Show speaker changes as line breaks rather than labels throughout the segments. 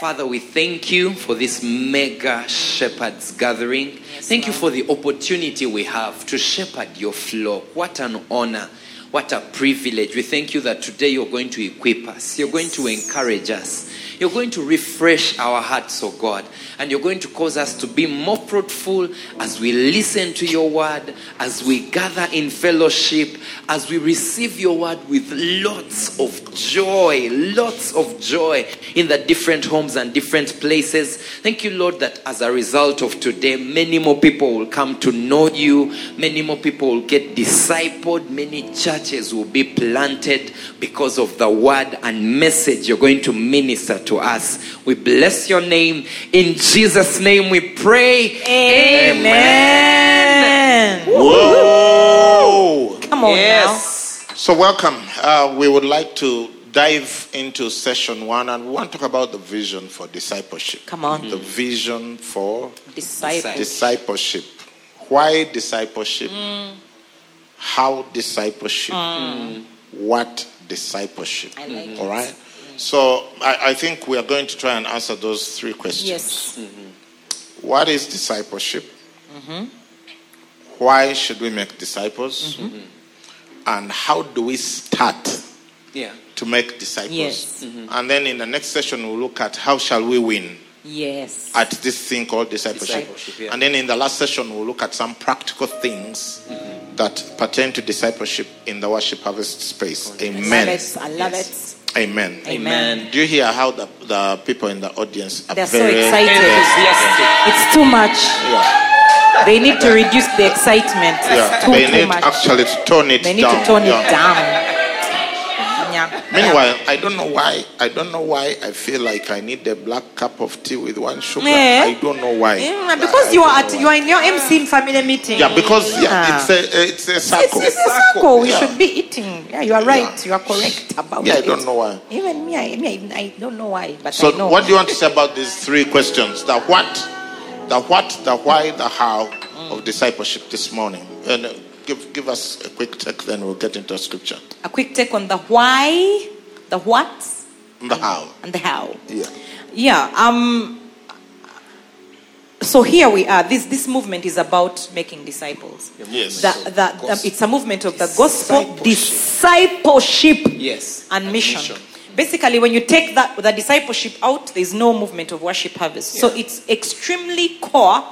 Father, we thank you for this mega shepherds gathering. thank you for the opportunity we have to shepherd your flock. What an honor. What a privilege. We thank you that today you're going to equip us. You're going to encourage us. You're going to refresh our hearts, oh God. And you're going to cause us to be more fruitful as we listen to your word, as we gather in fellowship, as we receive your word with lots of joy, lots of joy in the different homes and different places. Thank you, Lord, that as a result of today, many more people will come to know you, many more people will get discipled, many churches will be planted because of the word and message you're going to minister to us. We bless your name. In Jesus' name we pray.
Amen.
Whoa!
Come on
Yes.
So, welcome. Uh, we would like to dive into session one and we want to talk about the vision for discipleship.
Come on.
The vision for
now. Disciple.
discipleship. Why discipleship?
Mm.
How discipleship? What discipleship?
I like
All right. So, I, I think we are going to try and answer those three questions.
Yes.
What is discipleship?
Mm-hmm.
Why should we make disciples?
Mm-hmm.
And how do we start
Yeah.
to make disciples?
Yes. Mm-hmm.
And then in the next session, we'll look at how shall we win
Yes.
at this thing called discipleship.
Discipleship, yeah.
And then in the last session, we'll look at some practical things
Mm-hmm.
that pertain to discipleship in the worship harvest space. Amen.
I love it. I love it.
Amen.
Amen.
Amen.
Do you hear how the, the people in the audience are
They're so
very
excited.
Enthusiastic.
It's too much.
Yeah.
They need to reduce the excitement.
Yeah,
It's too,
they
too
need
much.
actually to tone it
they need
down.
to tone
Yeah.
it down. Yeah.
Meanwhile, I don't know why. I don't know why I feel like I need a black cup of tea with one sugar.
Yeah.
I don't know why.
Yeah, Eh? because you are at you are in your MC family meeting.
Yeah, because yeah,
Yeah.
it's a eh, it's a
it's,
circle.
it's a circle. We
Yeah.
should be eating. Yeah, you are right. You are correct about
Yeah, I
it.
don't know why.
Even me, I, me, I, I don't know why, but I know.
So, what do you want to say about these three questions? The what, the what, the why, the how
Mm.
of discipleship this morning? And uh, give give us a quick take, then we'll get into scripture.
a quick take on the why, the what,
The how.
and the how.
Yeah.
Mm. Yeah. Um. So here we are. This this movement is about making disciples.
Yes.
The, the, the-
Gospel.
it's a movement of the gospel discipleship,
Yes.
and mission.
mission.
Basically, when you take that the discipleship out, there's no movement of worship harvest. So it's extremely core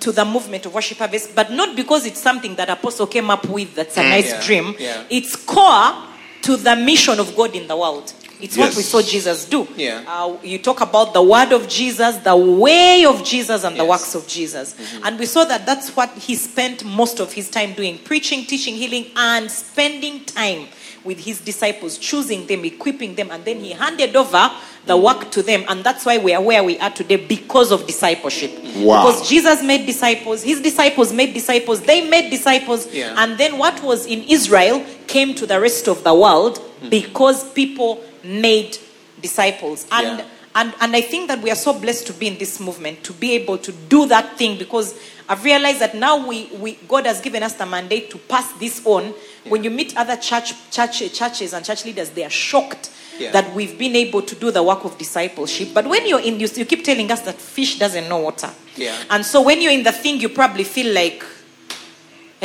to the movement of worship harvest, but not because it's something that Apostle came up with. That's a nice
Yeah,
dream.
yeah.
It's core to the mission of God in the world. It's what we
Yes.
saw Jesus do.
Yeah.
Uh, you talk about the word of Jesus, the way of Jesus, and
Yes.
the
Mm-hmm.
works of Jesus. And we saw that that's what he spent most of his time doing preaching, teaching, healing, and spending time with his disciples, choosing them, equipping them, and then he
Mm-hmm.
handed over the work to them. And that's why we are where we are today because of discipleship.
Wow.
Because Jesus made disciples, his disciples made disciples, they made disciples,
Yeah.
and then what was in Israel came to the rest of the world
Hmm.
because people made disciples. And,
Yeah.
and, and I think that we are so blessed to be in this movement, to be able to do that thing because I've realized that now we, we God has given us the mandate to pass this on. When you meet other church, church churches and church leaders, they are shocked
Yeah.
that we've been able to do the work of discipleship. But when you're in, you, you keep telling us that fish doesn't know water.
Yeah.
And so when you're in the thing, you probably feel like,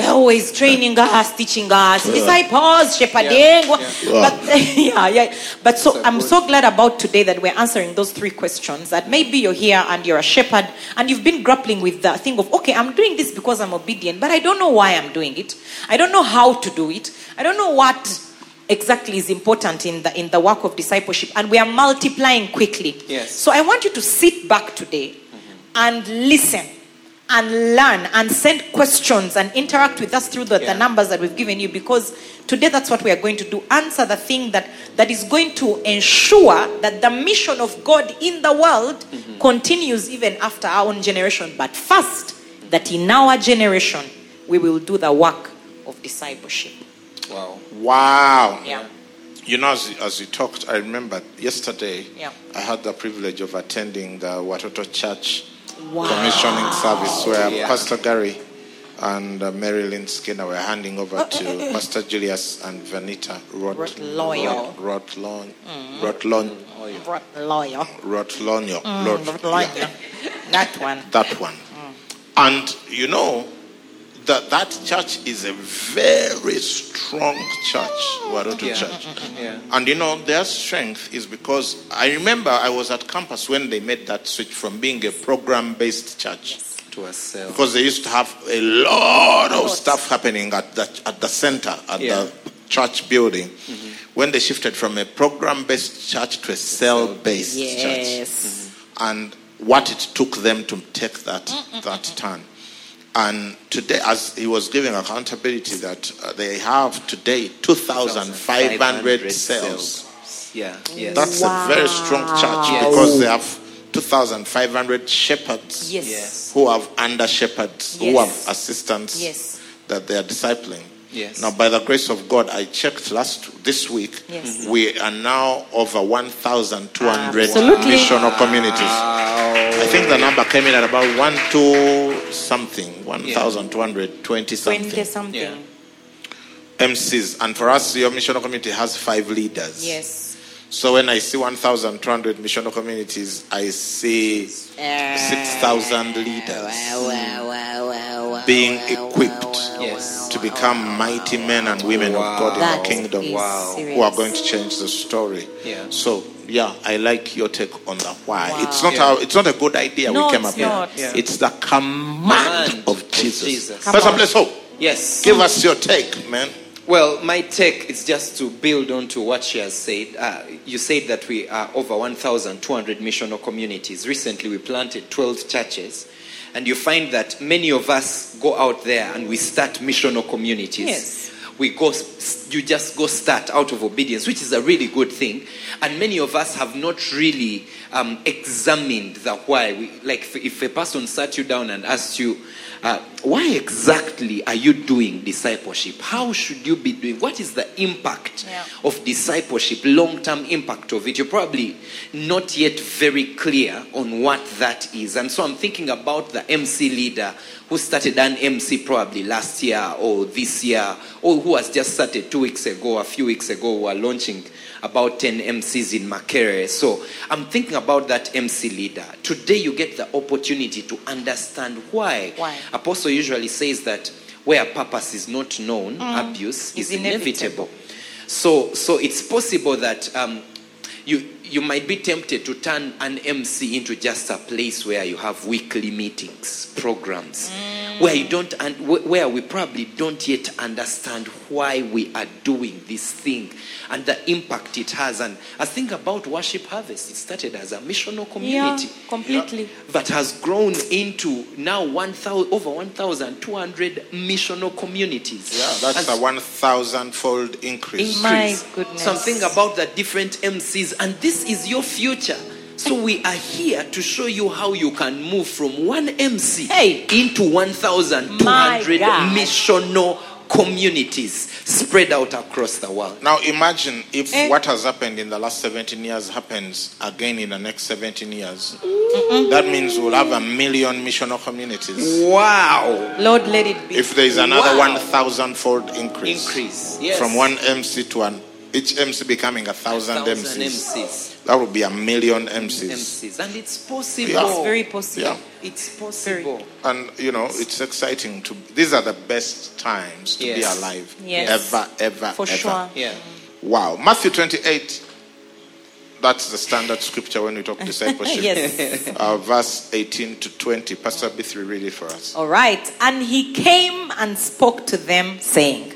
Oh, he's training us, teaching us, disciples, shepherding.
Yeah.
eh, But yeah, yeah. But so
So
I'm
good.
so glad about today that we're answering those three questions. That maybe you're here and you're a shepherd and you've been grappling with the thing of okay, I'm doing this because I'm obedient, but I don't know why I'm doing it. I don't know how to do it. I don't know what exactly is important in the in the work of discipleship. And we are multiplying quickly.
Yes.
So I want you to sit back today and listen and learn and send questions and interact with us through the,
Yeah.
the numbers that we've given you because today that's what we are going to do answer the thing that that is going to ensure that the mission of god in the world continues even after our own generation but first that in our generation we will do the work of discipleship.
Wow.
Wow.
Yeah.
You know, as, as you talked, I remember yesterday
Yeah.
I had the privilege of attending the Watoto Church
Wow.
commissioning service where
Yeah.
Pastor Gary and uh, Marilyn Skinner were handing over to Pastor Julius and Vanita Rot-
Rotloyo. Mm.
Rot- Rotlon- Rotlon-
Bro- Lawyer.
Rotlonyo.
Mm,
Rot-
Lawyer.
yeah
That one.
that one. And you know that that church is a very strong church, Waroto
Yeah.
Church.
Yeah.
And you know their strength is because I remember I was at campus when they made that switch from being a program-based church
To ourselves.
because they used to have a lot of stuff happening at the at the center at
Yeah. Mm-hmm.
the church building. When they shifted from a program-based church to a cell-based church Mm-hmm.
Yes.
and what it took them to take that that turn. And today, as he was giving accountability, that uh, they have today 2,500 cells.
Yeah. Yes.
That's a very strong church
Yes.
because they have 2,500 shepherds
Yes.
Yes.
who have under shepherds, who
Yes.
have assistants
Yes.
that they are discipling.
Yes.
Now, by the grace of God, I checked last this week.
Yes. Mhm.
We are now over 1,200
Absolutely.
missional communities. I think the number came in at about one two something, one
Yeah.
thousand two hundred twenty something
Twenty something.
Yeah.
MCs. And for us, your missional community has five leaders.
Yes.
So when I see one thousand two hundred missional communities, I see
Uh,
six thousand leaders being equipped
Yes.
to become mighty men and women
Wow.
of God in
That
the kingdom.
is
Wow.
serious.
who are going to change the story.
Yeah.
So yeah, I like your take on the why.
Wow.
It's not
Yeah.
a, it's not a good idea
No,
we came
it's
up with.
not.
Yeah.
It's the command,
Command
of
of
Jesus.
Jesus. Come
Pastor
on.
Bless Hope,
Yes.
give us your take, man.
Well, my take is just to build on to what she has said. Uh, you said that we are over 1,200 missional communities. Recently, we planted 12 churches. And you find that many of us go out there and we start missional communities.
Yes.
We go, s- you just go start out of obedience, which is a really good thing. And many of us have not really um, examined the why. We, like if, if a person sat you down and asked you, uh, why exactly are you doing discipleship? How should you be doing? What is the impact
Yeah.
of discipleship, long term impact of it? You're probably not yet very clear on what that is. And so I'm thinking about the MC leader who started an MC probably last year or this year, or who has just started two weeks ago, a few weeks ago, who are launching about 10 MCs in Makere. So I'm thinking about that MC leader. Today you get the opportunity to understand why.
Why?
Apostle usually says that where purpose is not known, abuse
It's
Mm. is inevitable. So, so it's possible that um, you you might be tempted to turn an MC into just a place where you have weekly meetings, programs,
Mm.
where you don't and wh- where we probably don't yet understand why we are doing this thing and the impact it has. And I think about Worship Harvest. It started as a missional
Yeah.
community
Completely.
that has grown into now 1,000 over 1,200 missional communities.
Yeah, that's
And
a one thousand fold increase.
In my- goodness.
Something about the different MCs, and this is your future. So we are here to show you how you can move from one MC
Hey.
into 1,200
My God.
missional communities spread out across the world.
now imagine if
Eh.
what has happened in the last 17 years happens again in the next 17 years. That means we'll have a million missional communities
Wow!
Lord, let it be.
if there is another
Wow.
1,000 fold increase.
Increase. Yes.
From one MC to an, each MC becoming a thousand,
thousand
MCs.
MCs.
That would be a million MCs.
MCs. And it's possible.
Yeah.
it's very possible.
Yeah.
It's possible.
And you know, it's exciting to. These are the best times to
Yes.
be alive.
Yes.
Ever, ever,
For
ever.
sure.
Yeah.
Wow. Matthew 28. That's the standard scripture when we talk discipleship.
Yes.
Uh, verse 18 to 20. Pastor B3, read it for us.
All right. And he came and spoke to them, saying,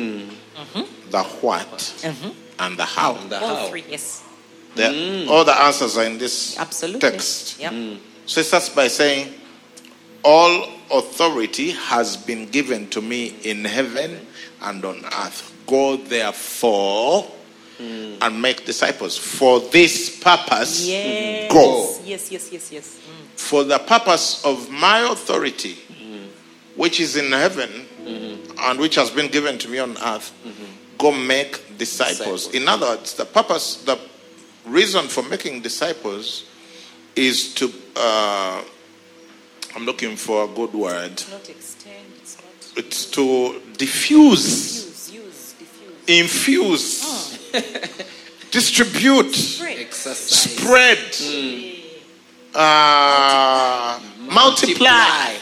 Mm-hmm.
the what, and the how.
And the
All
how.
three, yes.
The- All the answers are in this
mm. Absolutely.
text.
Yeah.
So it starts by saying, All authority has been given to me in heaven and on earth. Go therefore
Mm.
and make disciples. For this purpose,
Yes.
go.
Yes, yes, yes, yes. Mm.
For the purpose of my authority, which is in heaven and which has been given to me on earth, go make disciples.
Disciples.
In other words, the purpose, the reason for making disciples is to, uh, I'm looking for a good word,
Not extend, it's not
it's to diffuse,
use, use, diffuse.
infuse, distribute,
Pray.
Exercise.
spread, uh, multiply.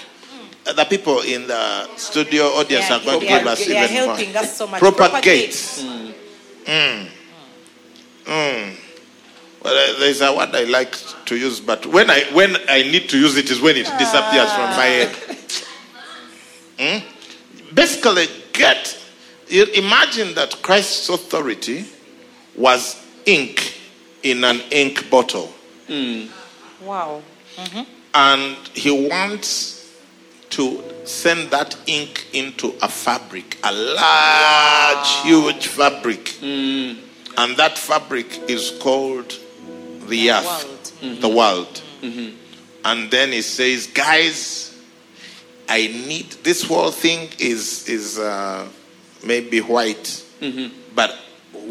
Uh, the people in the studio audience
They
are going to
they
give us
they are
even more.
helping us so much.
Propagate. Mm. Mm. Well, uh, there's a word I like to use, but when I when I need to use it is when it
Ah.
disappears from my head. Mm? Basically, get you imagine that Christ's authority was ink in an ink bottle
Wow.
and he wants to send that ink into a fabric, a large, huge fabric. And that fabric is called the, earth,
world.
the world. And then he says, guys, I need this whole thing is is uh, maybe white, but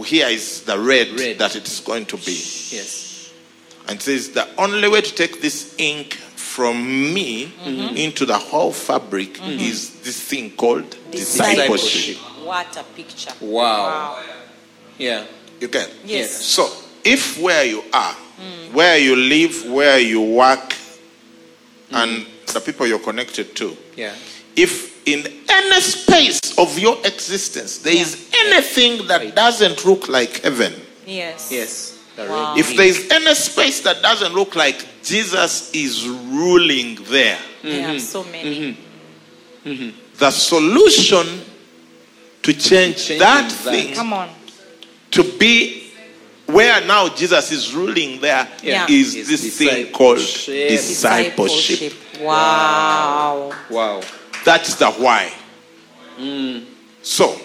here is the red,
Red.
that it is going to be
Yes.
and says the only way to take this ink from me into the whole fabric is this thing called
Discipleship.
discipleship.
What a picture.
Wow. Yeah.
You get?
Yes.
So if where you are, where you live, where you work, and the people you're connected to,
Yeah.
if in any space of your existence there is anything that doesn't look like heaven,
Yes.
Yes. The red
Wow.
if
ink.
there is any space that doesn't look like Jesus is ruling there,
There
Mm-hmm.
are so many.
the solution to change
Change
that
that.
thing
Come on.
to be where now Jesus is ruling there is
Yeah.
Is
this thing called discipleship.
Wow.
Wow.
That's the why.
Mm.
So,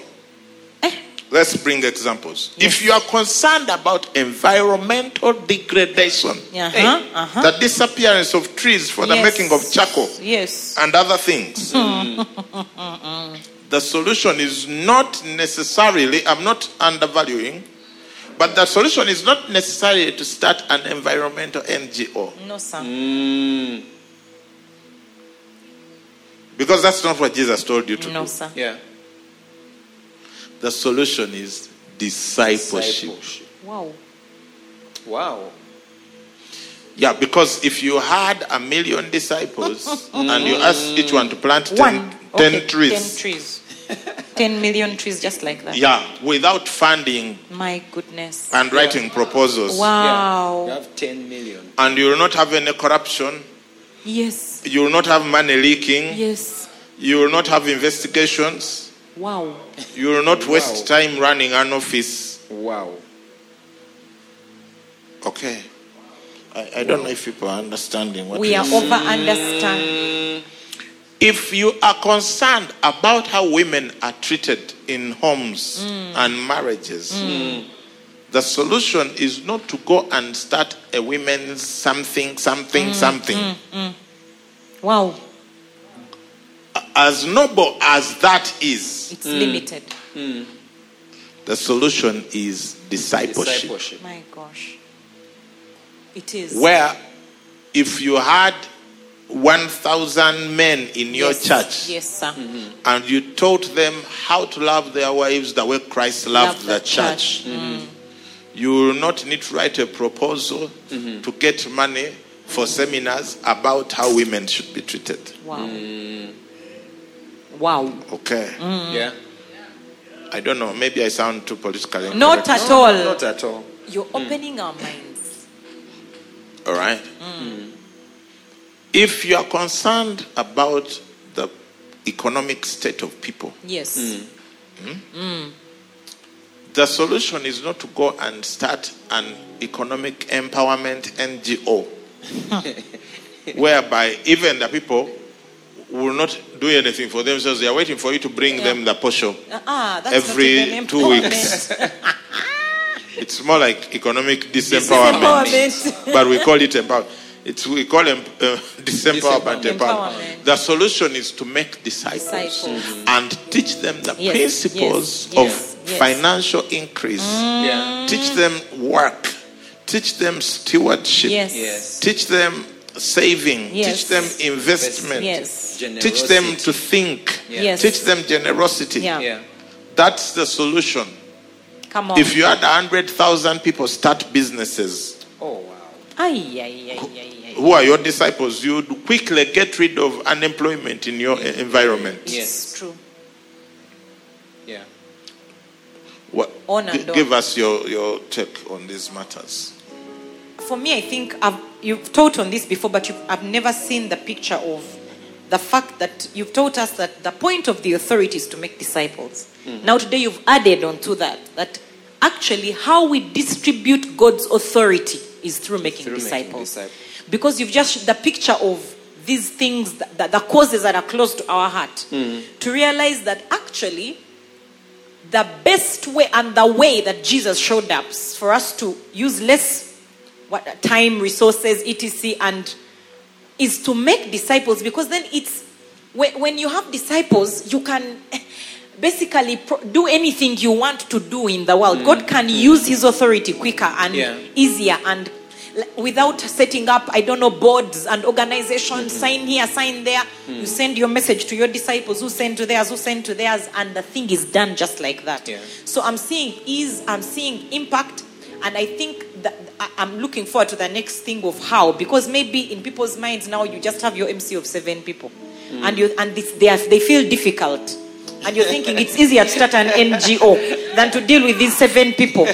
let's bring examples. If you are concerned about environmental degradation,
Yeah.
Hey.
Uh-huh. Uh-huh.
the disappearance of trees for the
Yes.
making of charcoal,
Yes.
and other things. the solution is not necessarily, I'm not undervaluing, but the solution is not necessarily to start an environmental NGO
No, sir.
Mm.
because that's not what Jesus told you to
No,
do.
sir.
Yeah.
The solution is discipleship.
Discipleship.
Wow.
Wow.
Yeah, because if you had a million disciples and you asked each one to plant 10, ten
Okay,
trees,
Ten trees. ten million trees, just like that.
yeah, without funding
My goodness.
and writing proposals,
Yeah.
Wow.
You have 10 million.
and you will not have any corruption,
Yes.
you will not have money leaking.
Yes.
You will not have investigations.
Wow.
You will not waste
Wow.
time running an office.
Wow.
Okay. I, I don't know if people are understanding what
We
it
are
Mm.
is.
over understand.
If you are concerned about how women are treated in homes
Mm.
and marriages, Mm. the solution is not to go and start a women's something, something,
Mm.
something.
Wow.
As noble as that is,
Mm.
It's limited.
the solution is discipleship.
Discipleship.
My gosh. It is.
where if you had 1,000 men in your
Yes.
church Mm.
Yes, sir.
and you taught them how to love their wives the way Christ loved the,
Love the Mm-hmm.
church, you will not need to write a proposal
Mm-hmm.
to get money for seminars about how women should be treated.
Wow.
Mm.
Wow.
Okay.
Mm.
Yeah.
I don't know. Maybe I sound too politically incorrect.
Not at all.
Not at all.
You're
Mm.
opening our minds.
All
Mm.
right? If you are concerned about the economic state of people.
Yes.
Mm. The solution is not to go and start an economic empowerment NGO, whereby even the people will not do anything for themselves. They are waiting for you to bring them the posho.
Ah, that's
Every
not even
two weeks. It's more like economic disempowerment,
Disempowerment.
but we call it empowerment. It's we call em- uh, disempowerment,
Disempowerment.
empowerment. The solution is to make disciples,
Disciples.
and teach them the
Yes,
principles
yes, yes,
of
yes. Mm.
financial increase.
Yeah.
Teach them work. Teach them stewardship.
Yes.
Yes.
Teach them saving. Teach
Yes.
them investment.
Yes.
Teach them to think.
Yeah.
Yes.
Teach them generosity.
Yeah.
Yeah.
That's the solution.
Come on.
If you had 100,000 people start businesses,
Oh wow.
Ay, ay, ay, ay, ay.
who are your disciples? You'd quickly get rid of unemployment in your eh, environment.
It's
Yes.
true.
Yeah.
What,
On and
gi-
on.
give us your, your take on these matters.
For me, I think I've, you've taught on this before, but you I've never seen the picture of the fact that you've taught us that the point of the authority is to make disciples.
Mm-hmm.
Now, today, you've added on to that that actually how we distribute God's authority is through making,
Through making
disciples.
disciples.
Because you've just the picture of these things, that, that- the causes that are close to our heart,
Mm-hmm.
to realize that actually the best way and the way that Jesus showed up is for us to use less what, time, resources, etc., and is to make disciples because then it's when, when you have disciples, you can basically pro- do anything you want to do in the world. God can use His authority quicker and
Yeah.
easier and l- without setting up, I don't know, boards and organizations, sign here, sign there. You send your message to your disciples who send to theirs, who send to theirs, and the thing is done just like that.
Yeah.
So I'm seeing ease, I'm seeing impact, and I think that I- I'm looking forward to the next thing of how, because maybe in people's minds now you just have your MC of seven people, and you and this, they are, they feel difficult, and you're thinking it's easier to start an NGO than to deal with these seven people.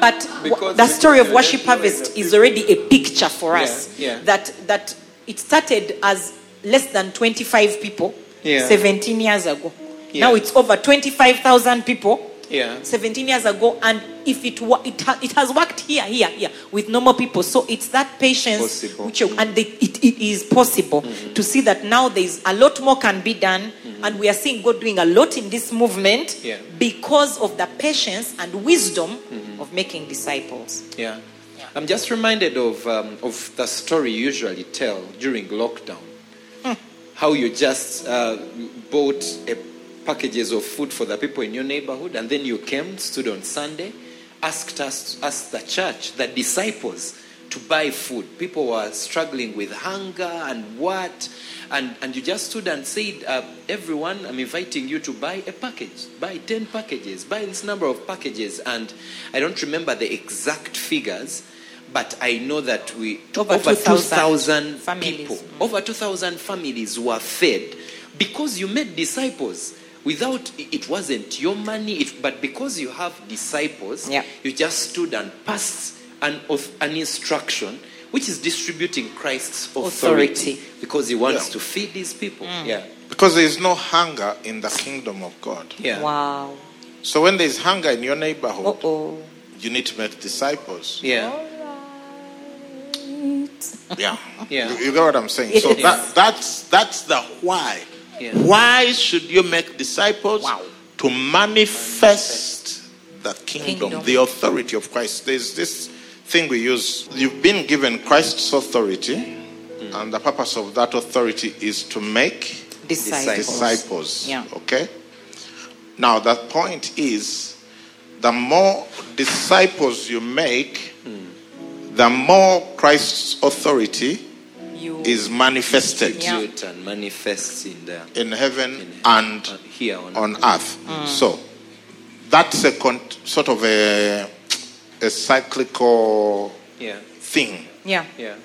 But w-
Because
the
it
story
is
of
an
worship
employment
harvest
of
is already a picture for us
Yeah, yeah.
that that it started as less than 25 people
Yeah.
17 years ago.
Yeah.
Now it's over 25,000 people.
Yeah.
17 years ago and if it wa- it, ha- it has worked here here here with normal people so it's that patience
Possible.
which you- and they, it, it is possible to see that now there is a lot more can be done and we are seeing god doing a lot in this movement
Yeah.
because of the patience and wisdom of making disciples
Yeah. I'm just reminded of, um, of the story you usually tell during lockdown. How you just uh, bought uh packages of food for the people in your neighborhood, and then you came, stood on Sunday, asked us, asked the church, the disciples, to buy food. People were struggling with hunger and what, and, and you just stood and said, uh, Everyone, I'm inviting you to buy a package, buy 10 packages, buy this number of packages. And I don't remember the exact figures, but I know that we to
Over
over,
2,000
2,000
families.
people, over 2,000 families were fed because you made disciples. Without it wasn't your money, it, but because you have disciples,
Yeah.
you just stood and passed an, of, an instruction, which is distributing Christ's authority,
Authority. Mm.
because he wants
Yeah.
to feed these people. Yeah,
Because there is no hunger in the kingdom of God.
yeah,
wow
So when there is hunger in your neighborhood,
oh
you need to make disciples.
yeah.
Yeah.
Yeah.
You, you get what I'm saying? So
Yes.
that, that's, that's the why.
Yeah.
Why should you make disciples?
Wow.
To manifest the kingdom,
Kingdom.
the authority of Christ. There's this thing we use. You've been given Christ's authority,
Hmm.
and the purpose of that authority is to make
disciples,
disciples.
Yeah.
Okay? Now, the point is the more disciples you make, the more Christ's authority
You-
is manifested
Yeah.
Execute and manifests in the
in
in-
heaven and
uh, here on,
on earth.
Mm.
So, that's a con- sort of a, a cyclical
yeah,
thing.
yeah
yeah,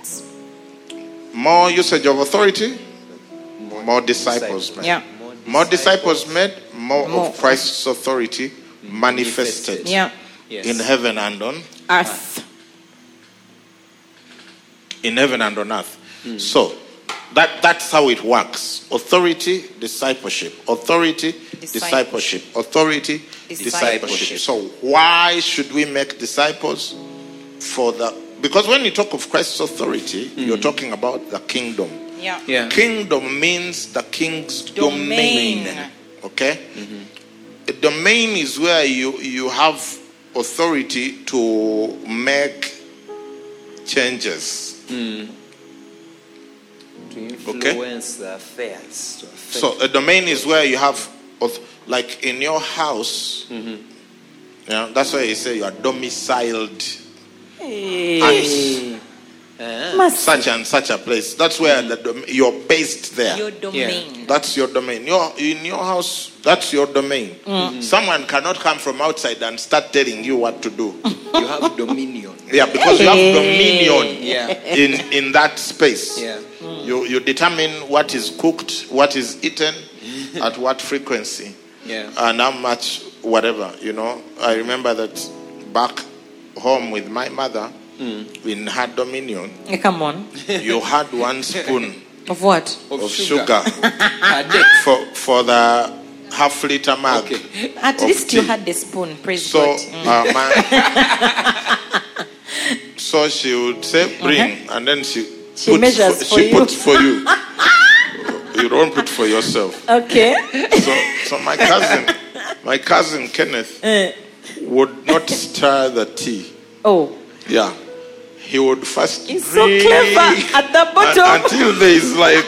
More usage of authority, more disciples made.
Yeah.
More disciples made, more,
More.
of Christ's authority manifested
yeah
Yes.
in heaven and on
earth
Hmm. in heaven and on earth. So That, that's how it works. Authority, discipleship. Authority, discipleship. Authority, discipleship.
Discipleship.
So why should we make disciples? For the because when you talk of Christ's authority, you're talking about the kingdom.
Yeah.
Yeah.
Kingdom means the king's domain.
Domain.
Okay? A domain is where you, you have authority to make changes.
To influence the affairs. to affect-
So a domain is where you have, auth- like in your house. You know, that's why you say you are domiciled at such and such a place. That's where the dom- you're based there.
Your domain.
That's your domain. Your, in your house, that's your domain.
Mm.
Someone cannot come from outside and start telling you what to do.
You have dominion.
yeah, because you have dominion
Yeah.
in, in that space.
Yeah.
You, you determine what is cooked, what is eaten, at what frequency,
Yeah.
and how much, whatever. You know, I remember that back home with my mother
Mm.
in her dominion,
Eh, Come on.
you had one spoon
Of what?
of sugar
Per day.
for for the half liter mug.
Okay.
At
Of
least you
tea.
had the spoon. Praise
So
God. Mm.
uh, my, so she would say bring, and then she
Uh-huh. She measures for
she
you.
puts for you. you don't put for yourself.
Okay.
So so my cousin, my cousin Kenneth
Uh.
would not stir the tea.
Oh,
Yeah. He would first
He's so clever at the
un-
bottom.
until there is like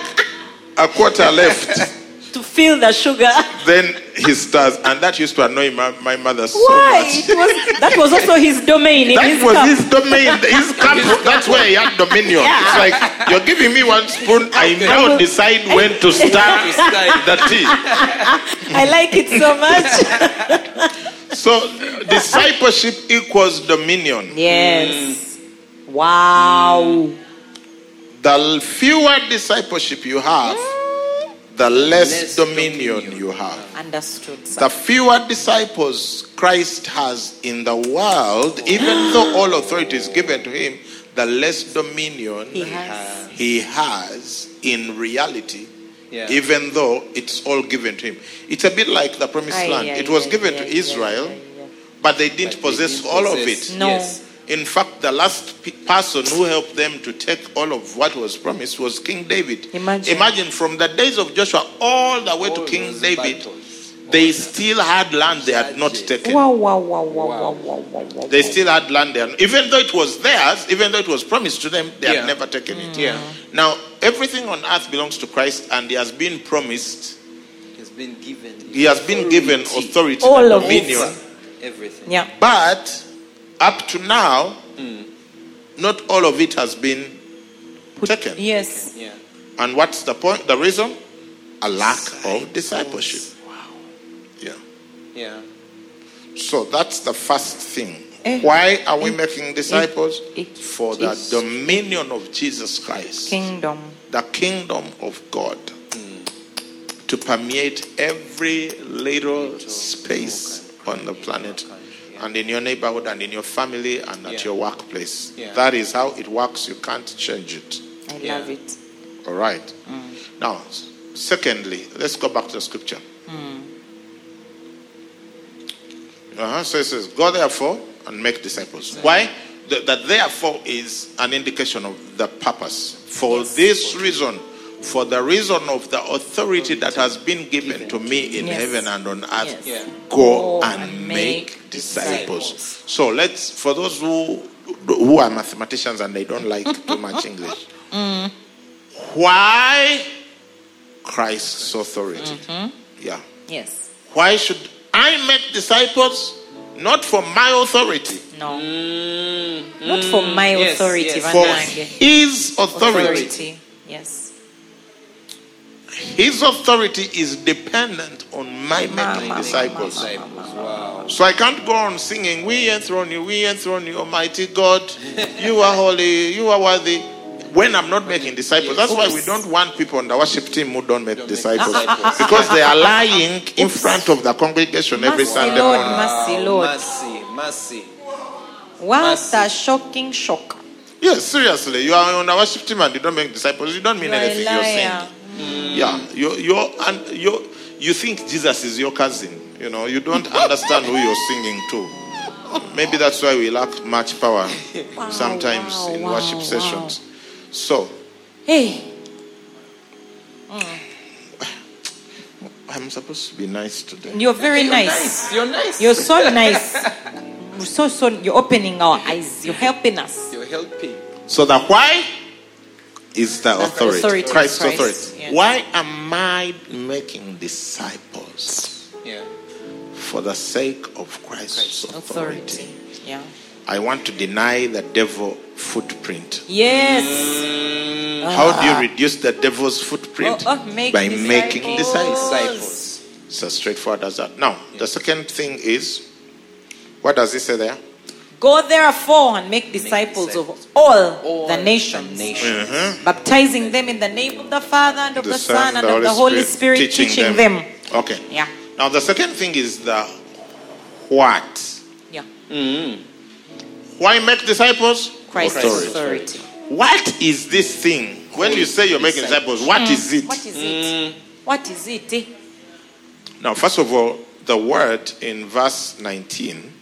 a quarter left.
to feel the sugar.
then he stars, and that used to annoy my, my mother so
Why?
much.
It was, that was also his domain. in
That
his
was
cup.
his domain, his camp. That's where he had dominion. It's like you're giving me one spoon. I now decide when to start
Decide.
the tea.
I like it so
Mm.
much.
So discipleship equals dominion.
yes. Wow.
Mm. The fewer discipleship you have, the less,
Less
dominion,
dominion.
you have.
Understood, sir.
The fewer disciples Christ has in the world, even though all authority is given to him, the less dominion
He has.
he has in reality,
Yeah.
even though it's all given to him. It's a bit like the promised
Aye,
land.
aye,
it was
aye,
given
aye,
to
aye,
Israel,
aye, aye.
but they didn't
But they
possess
didn't
all
possess.
of it.
No.
Yes.
In fact, the last pe- person who helped them to take all of what was promised was King David.
Imagine.
from the days of Joshua all the way
All
to King
those
David,
battles.
they still had land they had not
Charges.
taken.
Wow, wow, wow, wow, wow, wow, wow, wow.
They still had land there. Even though it was theirs, even though it was promised to them, they
Yeah.
had never taken it.
Yeah.
Now, everything on earth belongs to Christ and he has been promised,
Has been given.
he has been given authority,
All
and
of it.
dominion.
Everything.
Yeah.
But up to now,
Hmm.
not all of it has been taken.
Yes.
Yeah.
And what's the point? The reason? A lack of discipleship. Yeah.
Yeah.
So that's the first thing.
Eh.
Why are we making disciples?
it
For the
is-
dominion of Jesus Christ,
Kingdom.
the kingdom of God, to permeate every little space on the planet and in your neighborhood and in your family and at
Yeah.
your workplace.
Yeah.
That is how it works. You can't change it.
I
Yeah.
love it.
All right. Now, s- secondly, let's go back to the scripture. Uh-huh. So it says, Go therefore and make disciples. Why? The, the therefore is an indication of the purpose. For this reason, for the reason of the authority that has been given to me in
Yes.
heaven and on earth,
Yes.
Yeah.
go
Go
and
and
make
make
disciples.
disciples.
So let's, for those who who are mathematicians and they don't like too much English, why Christ's authority? Yeah.
Yes.
Why should I make disciples? Not for my authority,
No.
Mm,
Not for my
yes,
authority,
yes.
Van
for
Lange.
His authority.
authority. Yes.
His authority is dependent on my making
ma, ma,
disciples.
Disciples. Wow.
So I can't go on singing, We enthrone you, we enthrone you, Almighty God, you are holy, you are worthy, when I'm not making disciples. That's why we don't want people on the worship team who don't make disciples.
disciples.
Because they are lying in front of the congregation every
Mercy,
Sunday
Lord,
morning. Oh,
mercy,
Wow,
Lord.
Mercy. Mercy.
What
Mercy.
a shocking shock.
Yes, seriously. You are on a worship team and you don't make disciples. You don't mean
You are a
anything you're saying.
liar.
Yeah. You you're, and you you think Jesus is your cousin. You know, you don't understand who you're singing to. Maybe that's why we lack much power sometimes
wow,
in
wow,
worship
wow.
sessions. So
Hey,
I'm supposed to be nice today.
you're very nice.
You're nice.
You're so nice. so so you're opening our eyes. You're helping us.
You're helping.
So the why is the authority.
authority
Christ's
of Christ,
authority.
yeah.
Why am I making disciples
Yeah.
for the sake of Christ's authority?
Yeah.
I want to deny the devil footprint.
Yes. Mm.
How do you reduce the devil's footprint?
Ah. Oh, oh, make
By
disciples.
making disciples.
Disciples.
It's as straightforward as that. Now, the second thing is what does he say there?
Go therefore and make disciples
disciples.
of all,
All
the nations.
nations.
Baptizing them in the name of the Father and of Mm-hmm. the, Son, and of the Holy Spirit, teaching, them.
Okay.
Yeah.
Now, the second thing is the what.
Yeah.
Why make disciples?
Christ's
Authority.
authority.
What is this thing? When you say you're making disciples, what is it?
Mm. What is it? What is it? eh?
Now, first of all, the word in verse 19,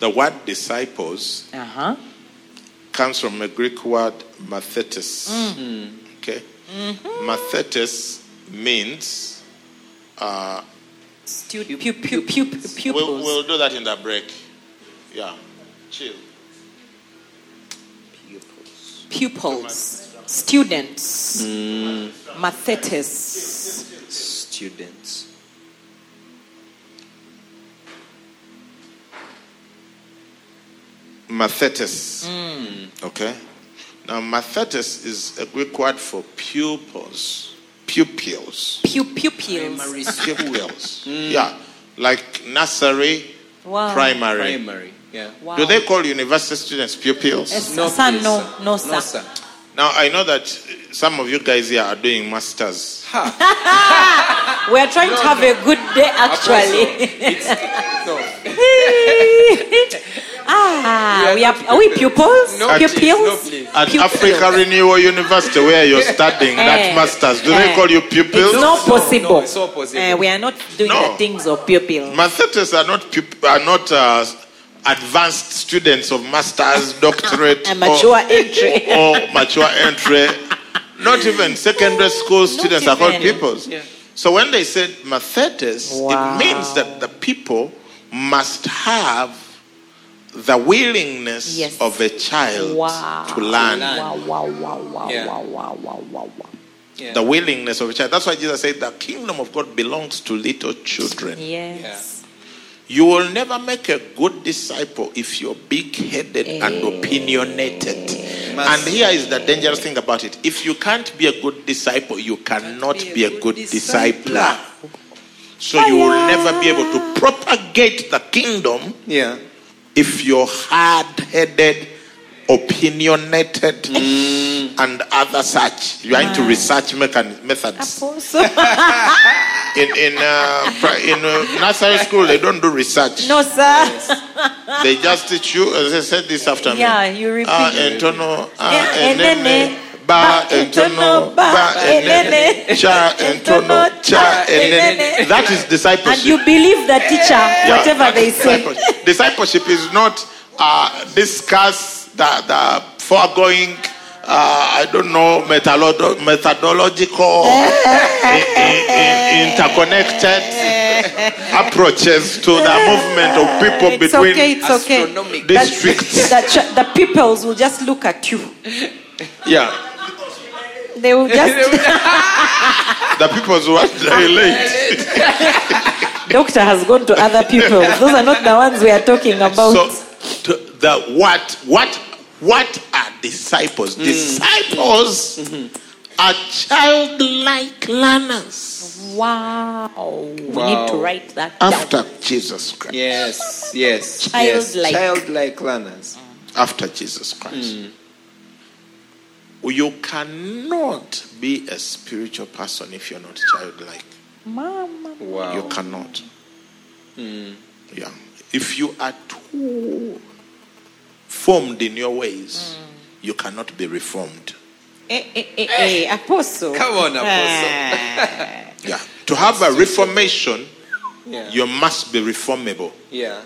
the word disciples
Uh-huh.
comes from a Greek word mathetes. Okay? Mathetes means, uh,
Student, pu- pu- pu- pu- pupils.
we'll, we'll do that in the break. Yeah. Chill.
pupils, students, mathetes.
Students.
Mathetes. Okay? Now, mathetes is a Greek word for pupils. Pupils.
Pu- pupils.
Primary school.
Pupils. Yeah. Like nursery,
Wow.
primary.
Primary. Yeah.
Wow.
Do they call university students pupils?
Yes, sir,
please,
no, no, sir.
No, sir.
Now, I know that uh, some of you guys here are doing masters.
We are trying to have a good day, actually.
No.
ah,
are
we are.
not
Are we
pupils.
pupils?
No, please,
pupils.
no, please.
At
Pupils.
Africa Renewal University, where you're studying that
Eh,
masters, do they
eh.
call you pupils?
It's
No,
not
no,
possible.
it's not possible.
Eh, we are not doing
No.
the things of pupil.
Mathetes are not pup- are not uh, advanced students of masters, doctorate,
A mature entry.
or mature entry. Not even secondary school students are called
even.
pupils.
Yeah.
So when they said mathetes,
Wow.
it means that the people must have the willingness
Yes.
of a child
Wow.
to learn.
learn.
Wow, wow, wow, wow,
Yeah.
wow, wow, wow, wow, wow.
Yeah.
The willingness of a child. That's why Jesus said the kingdom of God belongs to little children.
Yes.
You will never make a good disciple if you're big headed and opinionated.
Must-
And here is the dangerous thing about it. If you can't be a good disciple, you cannot be a good discipler. So you will never be able to propagate the kingdom
yeah.
if you're hard headed, opinionated, and other such. You are into research mechan- methods.
Also,
In, in, uh, pri- in uh, nursery school, they don't do research.
no, sir.
They just teach you, as I said this after me.
Yeah, you repeat.
Ah, entono, ah,
Eh,
enene.
enene.
Ba,
Ba,
entono,
entono, ba,
ba, enene.
enene.
Cha, entono, cha, enene.
enene.
That is
and you
discipleship.
believe the teacher,
Yeah,
whatever
that
they
is
say.
discipleship. Discipleship is not uh, discuss the, the foregoing, uh, I don't know, metalodo- methodological, i- i- i- interconnected approaches to the movement of people
It's
between
okay. It's okay.
astronomic
That-
districts.
The, ch- the pupils will just look at you.
Yeah.
They will just.
The people's what they late.
Doctor has gone to other people. Those are not the ones we are talking about.
So to the what what what are disciples? Disciples are childlike learners
wow. We need to write that down.
after Jesus Christ.
Yes, yes.
Childlike.
Yes. Childlike learners.
After Jesus Christ. You cannot be a spiritual person if you're not childlike.
Mama.
Wow.
You cannot. Yeah. If you are too formed in your ways, you cannot be reformed.
Eh, eh, eh, eh, apostle.
Come on, apostle.
Eh,
Yeah. To have a reformation,
Yeah.
you must be reformable.
yeah.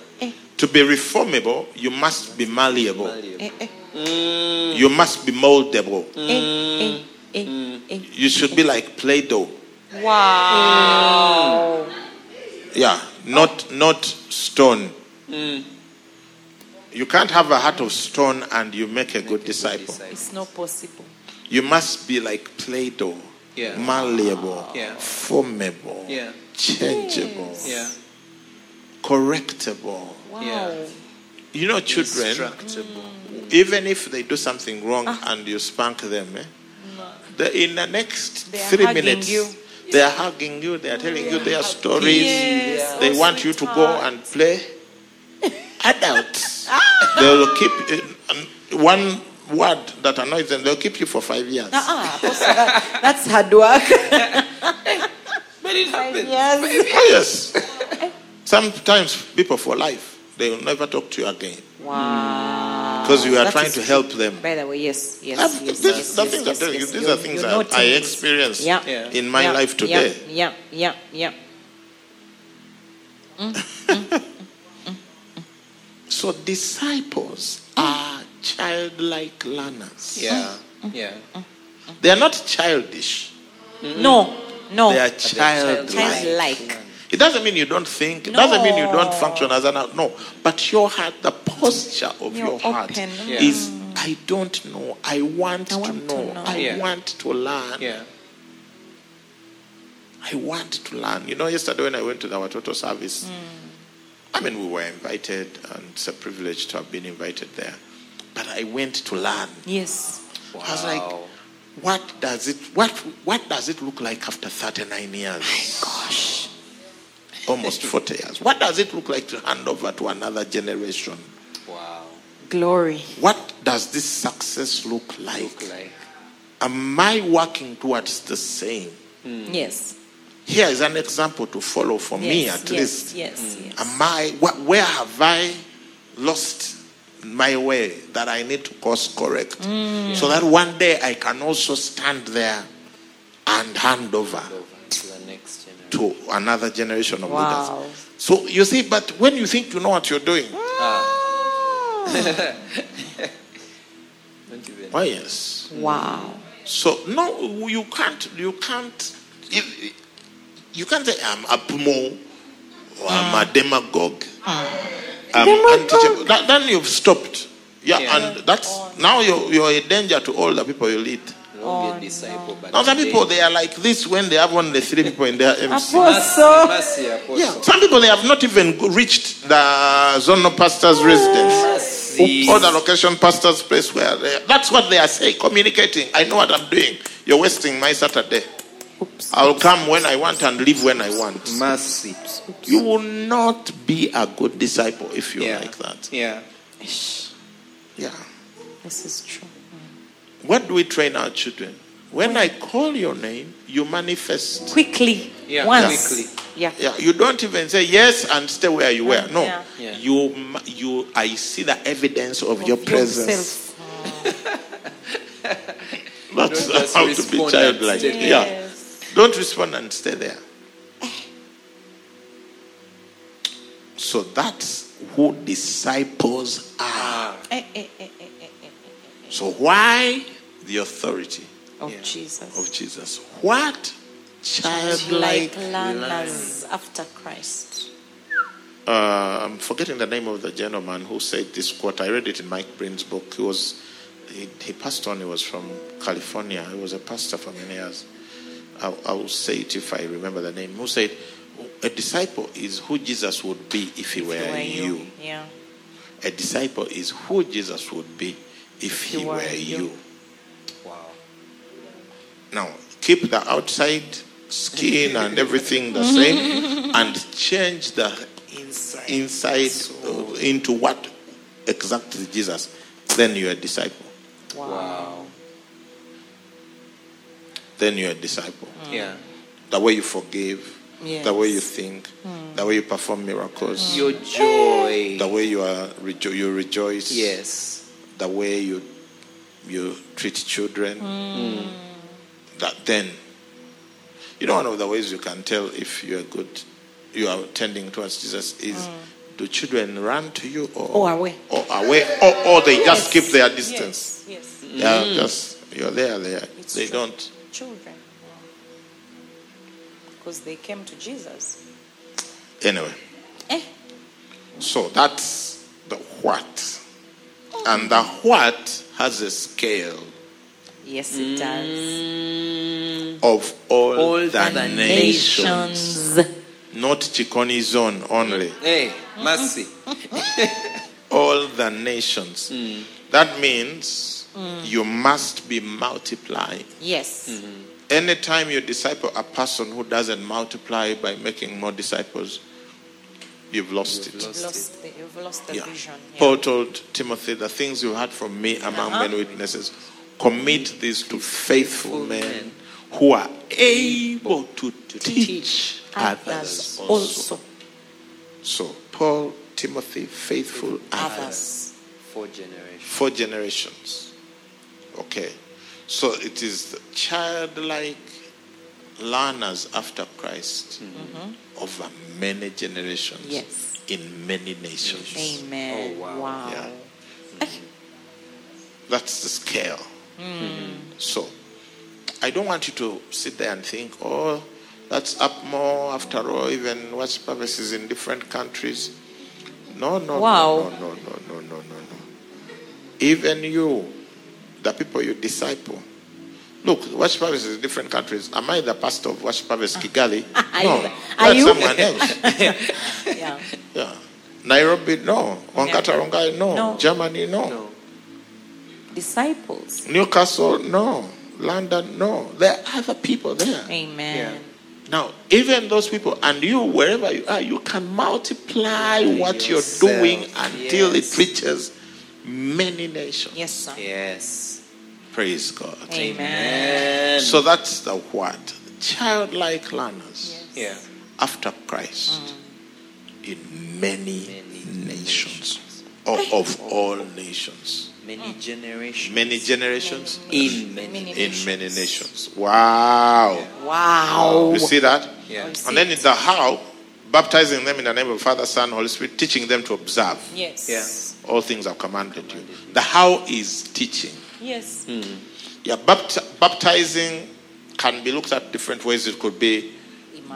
To be reformable, you must be malleable.
Hmm.
eh, eh,
You must be moldable.
eh, eh, eh,
You should be like Play Doh.
eh. Wow.
Hmm. Yeah. Not, not stone. You can't have a heart of stone and you make a good disciple.
It's not possible.
You must be like Play Doh.
Yeah.
Malleable.
Yeah.
Formable.
Yeah.
Changeable.
Yeah.
Correctable.
Wow.
Yeah.
You know, children.
Instructable.
Mm. even if they do something wrong
Uh-huh.
and you spank them, eh, the, in the next
They are
three
hugging
minutes,
you.
they are hugging you, they are telling you their stories,
Yes,
they
oh,
want you to go
sweetheart.
and play. Adults,
Ah!
they will keep uh, one word that annoys them, they'll keep you for five years.
Ah, apostle, that, that's hard work.
But it happens.
yes.
Oh, yes, sometimes people for life they will never talk to you again
Wow.
because you are
Ah, That
trying
is
to
true.
help them.
By the way, yes, yes,
I've-
yes,
these
yes,
the
yes,
things
yes,
I'm telling
yes,
you, these
you're-
are things
you're
that
noting
I
this.
experienced
Yeah.
Yeah.
in my
Yeah,
life
yeah,
today.
Yeah, yeah, yeah.
So disciples
Mm.
are childlike learners.
Yeah. Yeah.
They are not childish.
No, no.
Mm-hmm.
Uh,
They are childlike.
Childlike.
It doesn't mean you don't think. It doesn't mean you don't
No.
function as an adult. No. But your heart, the posture of
You're
your heart
open.
Yeah.
is I don't know. I want,
I want
to
to
know.
know.
I
Yeah.
want to learn.
Yeah.
I want to learn. You know, yesterday when I went to the Watoto service,
Mm.
I mean, we were invited, and it's a privilege to have been invited there. But I went to learn.
Yes.
I was like,
Wow.
what does it what what does it look like after 39 years?
Gosh.
Almost 40 years. What does it look like to hand over to another generation?
Wow.
Glory.
What does this success look like?
Look like.
Am I working towards the same?
Yes.
Here is an example to follow for me
yes,
at
yes,
least. Mm.
Yes. yes.
Am I wh- where have I lost my way that I need to course correct so that one day I can also stand there and hand over.
Over to the next generation.
to another generation of
Wow.
leaders. So you see, but when you think you know what you're doing,
Don't you then?
oh yes.
Wow.
So no, you can't. You can't. if- You can't say I'm a pumo or I'm a demagogue. I'm unteachable. That- then you've stopped. Yeah,
Yeah.
and that's now you're, you're a danger to all the people you lead.
Won't be a disciple, but
Now some
today-
people they are like this when they have only three people in their MC.
Mercy,
Apostle.
mercy, apostle.
Yeah, some people they have not even go- reached the zonal pastor's residence.
Mercy.
or the location pastor's place where they, that's what they are saying communicating i know what i'm doing you're wasting my saturday i'll come when i want and leave when i want
Mercy.
you will not be a good disciple if you're
Yeah.
like that
Yeah.
Ish.
yeah
This is true.
what do we train our children when i call your name you manifest
Quickly.
Yeah,
Once.
quickly.
Yeah.
yeah you don't even say yes and stay where you were no
Yeah.
Yeah.
you ma- you i see the evidence of, your presence
Yourself.
that's
Don't just
how to be
respond and
childlike
stay there.
yeah
Yes.
Don't respond and stay there. So that's who disciples are.
Eh, eh, eh, eh, eh, eh.
So why the authority
Oh,
Yeah.
Jesus.
of Jesus? What childlike?
like learners after Christ.
Uh, I'm forgetting the name of the gentleman who said this quote. I read it in Mike Breen's book. He was he, he passed on. He was from California. He was a pastor for many years. I, I will say it if I remember the name. Who said a disciple is who Jesus would be if he were,
Were
you.
Yeah.
A disciple is who Jesus would be if he, were, you.
Wow.
Now, keep the outside skin and everything the same and change the
Inside.
inside uh, into what exactly Jesus. Then you're a disciple.
Wow.
Wow.
Then you're a disciple.
Yeah.
The way you forgive, the way you think,
Mm.
the way you perform miracles,
Your joy.
the way you are rejo- you rejoice,
Mm. Yes.
the way you you treat children.
Mm.
That then, you know, one of the ways you can tell if you are good, you are tending towards Jesus is.
Mm.
Do children run to you or,
Or away.
Or away, or, or they just keep their distance.
Yes,
They are just, you're there, they, are,
Mm. It's
they
true.
don't.
Children. Because they came to Jesus.
Anyway,
Eh?
so that's the what. And the what has a scale
Yes, it does.
of all,
All
the,
the
nations.
Mm. Nations.
Not Chikoni zone only.
Hey, mercy.
All the nations. That means you must be multiplying.
Yes.
Anytime you disciple a person who doesn't multiply by making more disciples, you've lost it.
Lost the, you've lost the
Yeah.
vision. Yeah.
Paul told Timothy, the things you heard from me among many witnesses, commit these to faithful men
men
who are able to teach
teach
others
Others
also.
also.
So, Paul, Timothy, faithful others.
Others.
Four generations.
Four generations. Okay. So, it is the childlike learners after Christ over many generations
Mm-hmm. Yes.
in many nations.
Amen.
Oh, wow.
wow.
Yeah. That's the scale.
Hmm.
So, I don't want you to sit there and think, oh, that's up more after all, even what's purpose is in different countries. No, no, no,
Wow.
no, no, no, no, no, no. Even you, the people you disciple. Look, Watch Purpose is in different countries. Am I the pastor of Watch Purpose Kigali?
Ah. Are
no,
you- are
that's
you?
someone else.
Yeah.
Yeah. Nairobi, no. Wangata Rongai, no.
No.
Germany, no.
No.
Disciples.
Newcastle, no. London, no. There are other people there.
Amen.
Now, even those people, and you, wherever you are, you can multiply what
Yourself,
you're doing until
yes.
it reaches many nations.
Yes, sir.
Yes.
Praise God.
Amen.
So that's the what? Childlike learners
Yeah.
after Christ in many, nations, or of all nations.
Many generations.
Many generations
In many.
in many nations. Wow.
Wow.
You see that?
Yeah.
Yes.
And then in the how, baptizing them in the name of Father, Son, Holy Spirit, teaching them to observe
Yes.
Yeah.
all things I've commanded you. The how is teaching.
Yes.
Yeah, bapt- baptizing can be looked at different ways. It could be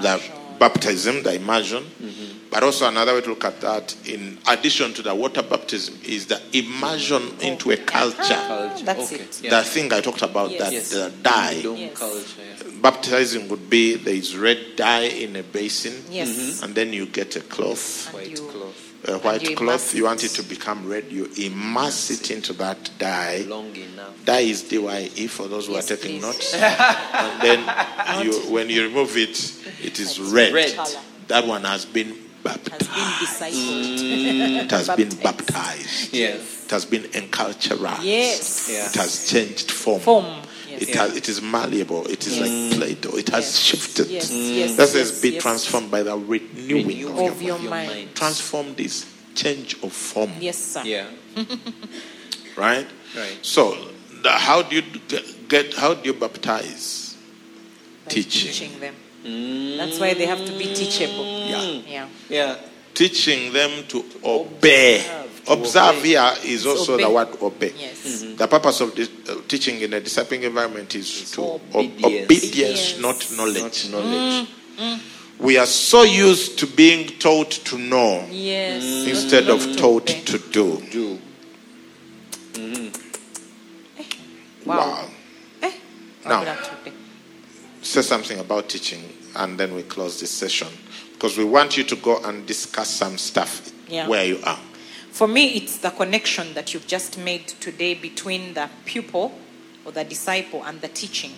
the
Immersion.
baptism, the immersion,
Mm-hmm.
but also another way to look at that, in addition to the water baptism, is the immersion into a culture.
Culture.
That's
okay.
it.
Yeah.
The thing I talked about,
Yes.
that
Yes.
the dye.
Dome
Yes.
culture. yeah.
Baptizing would be there is red dye in a basin,
Yes.
Mm-hmm.
Mhm.
and then you get a cloth,
White
you-
cloth.
a white
you
cloth.
immerse
You want
it.
it to become red. You immerse it into that dye.
Long enough.
Dye is DYE for those who
Yes,
are taking
please.
notes. and then you, when you remove it, it is red.
red.
Colour.
That one has been
Has
baptized.
been discipled.
It has been
baptized.
baptized.
Yes.
It has been enculturized.
Yes.
Yeah.
It has changed form.
Form. Yes.
It, has, it is malleable. It is like Play Doh. It has
Yes.
shifted.
Yes, yes,
That says
yes,
be
yes.
transformed by the renewing
Renewing
of
your
your
of your
mind.
mind.
Transformed is change of form,
Yes, sir.
Yeah.
right?
Right.
So, the, how do you get, get? How do you baptize?
By
Teaching.
Teaching them. That's why they have to be teachable.
Yeah.
Yeah.
Yeah.
Teaching them to obey.
to
Observe
obey.
here is also
obey.
the word obey.
Yes.
The purpose of this, uh, teaching in a discipling environment is to ob-
obedience.
obedience,
Obedience.
not knowledge.
Not
Mm.
knowledge.
We are so used to being taught to know
Yes.
instead of taught
obey.
to do.
Do.
Wow.
Wow.
Eh?
Now.
Wabula tudde.
Say something about teaching, and then we close this session because we want you to go and discuss some stuff
Yeah.
where you are.
For me, it's the connection that you've just made today between the pupil or the disciple and the teaching.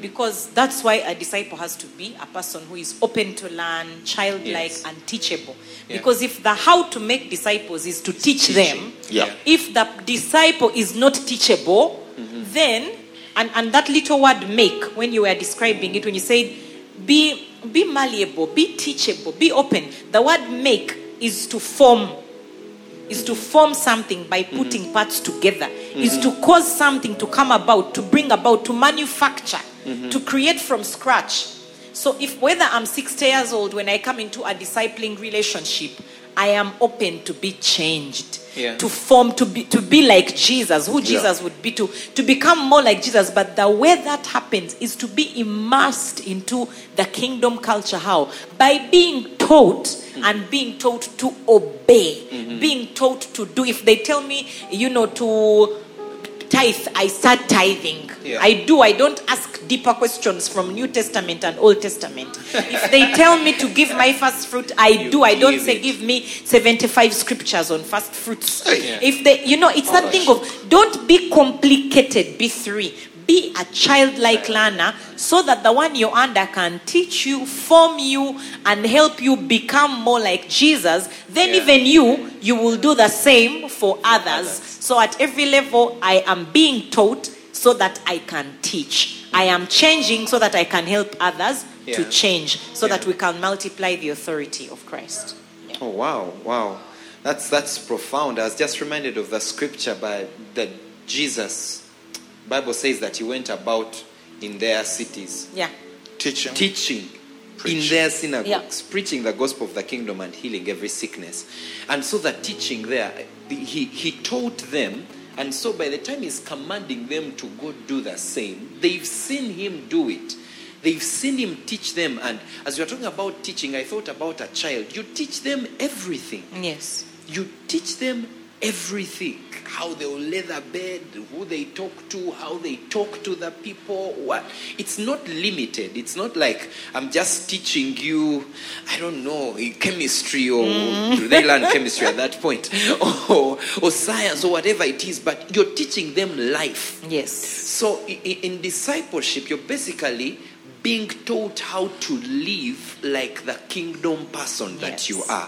Because that's why a disciple has to be a person who is open to learn, childlike,
Yes.
and teachable.
Yeah.
Because if the how to make disciples is to teach them,
Yeah.
if the disciple is not teachable, then, and, and that little word make, when you were describing it, when you said, be Be malleable, be teachable, be open. The word make is to form, is to form something by putting parts together, is to cause something to come about, to bring about, to manufacture, to create from scratch. So if whether I'm 60 years old, when I come into a discipling relationship, I am open to be changed,
Yeah.
to form, to be to be like Jesus, who Jesus would be to to become more like Jesus. But the way that happens is to be immersed into the kingdom culture. How? By being taught
Mm-hmm.
and being taught to obey, being taught to do. If they tell me, you know, to tithe, I start tithing.
Yeah.
I do. I don't ask deeper questions from New Testament and Old Testament. if they tell me to give my first fruit, I
You
do. I don't
give
say
it.
give me 75 scriptures on first fruits.
Hey.
Oh, Yeah. Oh,
If they, you know, it's that
Alright.
thing of don't be complicated, be free. Be a childlike learner so that the one you're under can teach you, form you, and help you become more like Jesus. Then,
Yeah.
even you, you will do the same for others. So, at every level, I am being taught so that I can teach. I am changing so that I can help others
Yeah.
to change so
Yeah.
that we can multiply the authority of Christ.
Oh wow, wow. That's that's profound. I was just reminded of the scripture by that Jesus Bible says that he went about in their cities
Yeah.
Teaching.
teaching in
Preaching.
their synagogues, preaching the gospel of the kingdom and healing every sickness. And so the teaching there he he taught them and so by the time he's commanding them to go do the same, they've seen him do it. They've seen him teach them and as we are talking about teaching, I thought about a child. You teach them everything
Yes.
you teach them everything how they will lay the bed who they talk to how they talk to the people what it's not limited it's not like i'm just teaching you i don't know eh, chemistry or they learn chemistry at that point or, or science or whatever it is but you're teaching them life
Yes.
so i- i- in discipleship, you're basically being taught how to live like the kingdom person that
Yes.
you are.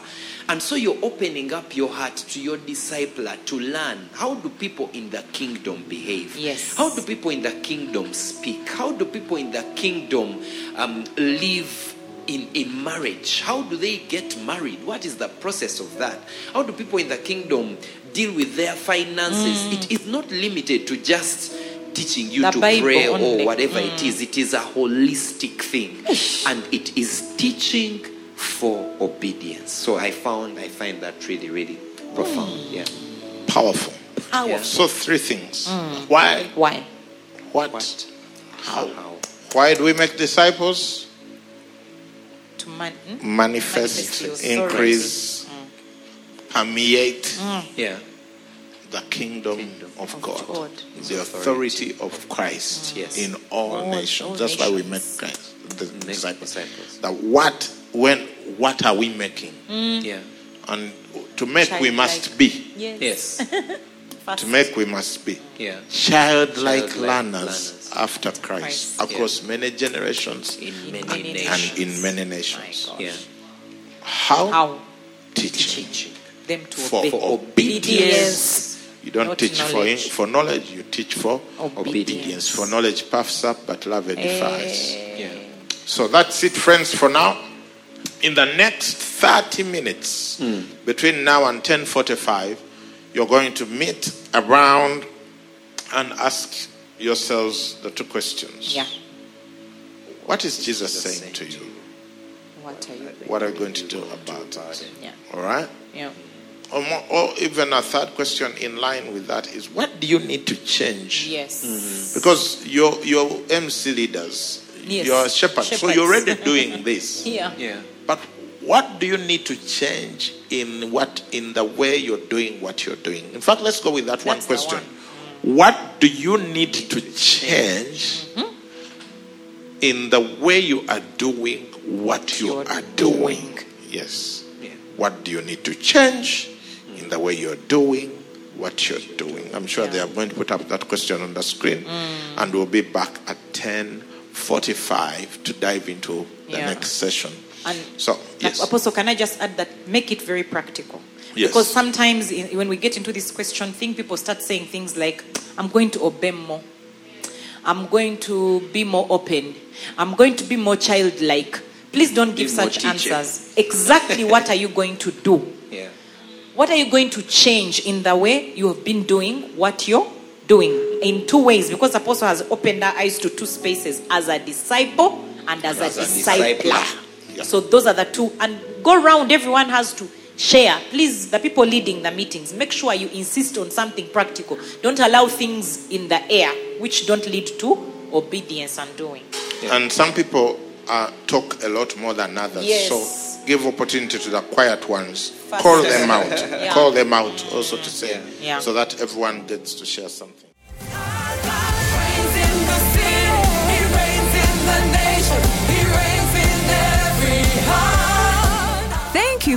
And so you're opening up your heart to your discipler to learn how do people in the kingdom behave?
Yes.
How do people in the kingdom speak? How do people in the kingdom um, live in, in marriage? How do they get married? What is the process of that? How do people in the kingdom deal with their finances? It is not limited to just teaching you
Mm. The
to
Bible
pray
only. Mm.
or whatever it is. It is a holistic thing. And it is teaching for obedience. So I found I find that really, really profound.
Mm.
Yeah.
Powerful.
Powerful.
So three things.
Mm.
Why?
Why?
What?
What?
How?
How?
Why do we make disciples?
To man. hmm?
Manifest,
Manifest your
increase,
Mm.
permeate
Yeah.
the kingdom, of, God.
God.
The authority of Christ
Yes.
in all,
All-
nations.
all
That's why we make
nations.
Christ, the disciples.
disciples.
That what when what are we making?
Mm.
Yeah.
And to make we
Childlike.
must be.
Yes.
Yes.
To make we must be.
Yeah.
Childlike,
Childlike
learners
learners.
after Christ,
Christ.
across many generations
In many
many
nations.
and in many
My
nations.
God.
Yeah.
How?
How?
Teaching.
Them to
For
obey.
For obedience. You don't
Not
teach for in,
knowledge.
for knowledge, you teach for obedience. Eh. For knowledge puffs up, but love edifies.
Yeah.
So that's it, friends, for now. In the next 30 minutes, between now and 10:45, you're going to meet around and ask yourselves the two questions.
Yeah.
What is Jesus
Jesus
saying to you?
What are you doing?
What are you going to do about it?
Yeah.
All right?
Yeah.
Or, more, or even a third question in line with that is what do you need to change?
Yes.
Mm-hmm. Because your your MC leaders,
Yes.
your shepherds, so you're
Shepherds.
already doing this.
Yeah.
Yeah.
But what do you need to change in what in the way you're doing what you're doing? In fact, let's go with that one
That's the
question. What do you need to change
Mm-hmm.
in the way you are doing what you
You're
are
doing.
doing? Yes.
Yeah.
What do you need to change in the way you're doing what you're doing? I'm sure they are going to put up that question on the screen,
Mm.
and we'll be back at 10:45 to dive into the
Yeah.
next session.
And
So yes,
Apostle, can I just add that make it very practical?
Yes.
Because sometimes in, when we get into this question thing, people start saying things like, I'm going to obey more. I'm going to be more open. I'm going to be more childlike. Please don't give
Give more
such
teaching.
answers. Exactly what are you going to do?
Yeah.
What are you going to change in the way you have been doing what you're doing? In two ways, because Apostle has opened our eyes to two spaces as a disciple and as,
As
a,
a
discipler.
discipler.
Yeah.
So those are the two. And go round, everyone has to share. Please, the people leading the meetings, make sure you insist on something practical. Don't allow things in the air which don't lead to obedience and doing.
And some people uh, talk a lot more than others.
Yes.
So give opportunity to the quiet ones. Call them out.
Yeah.
Call them out also to say
Yeah.
so that everyone gets to share something.
Reigns in the city, he reigns in the nation, he reigns in every heart.
Thank you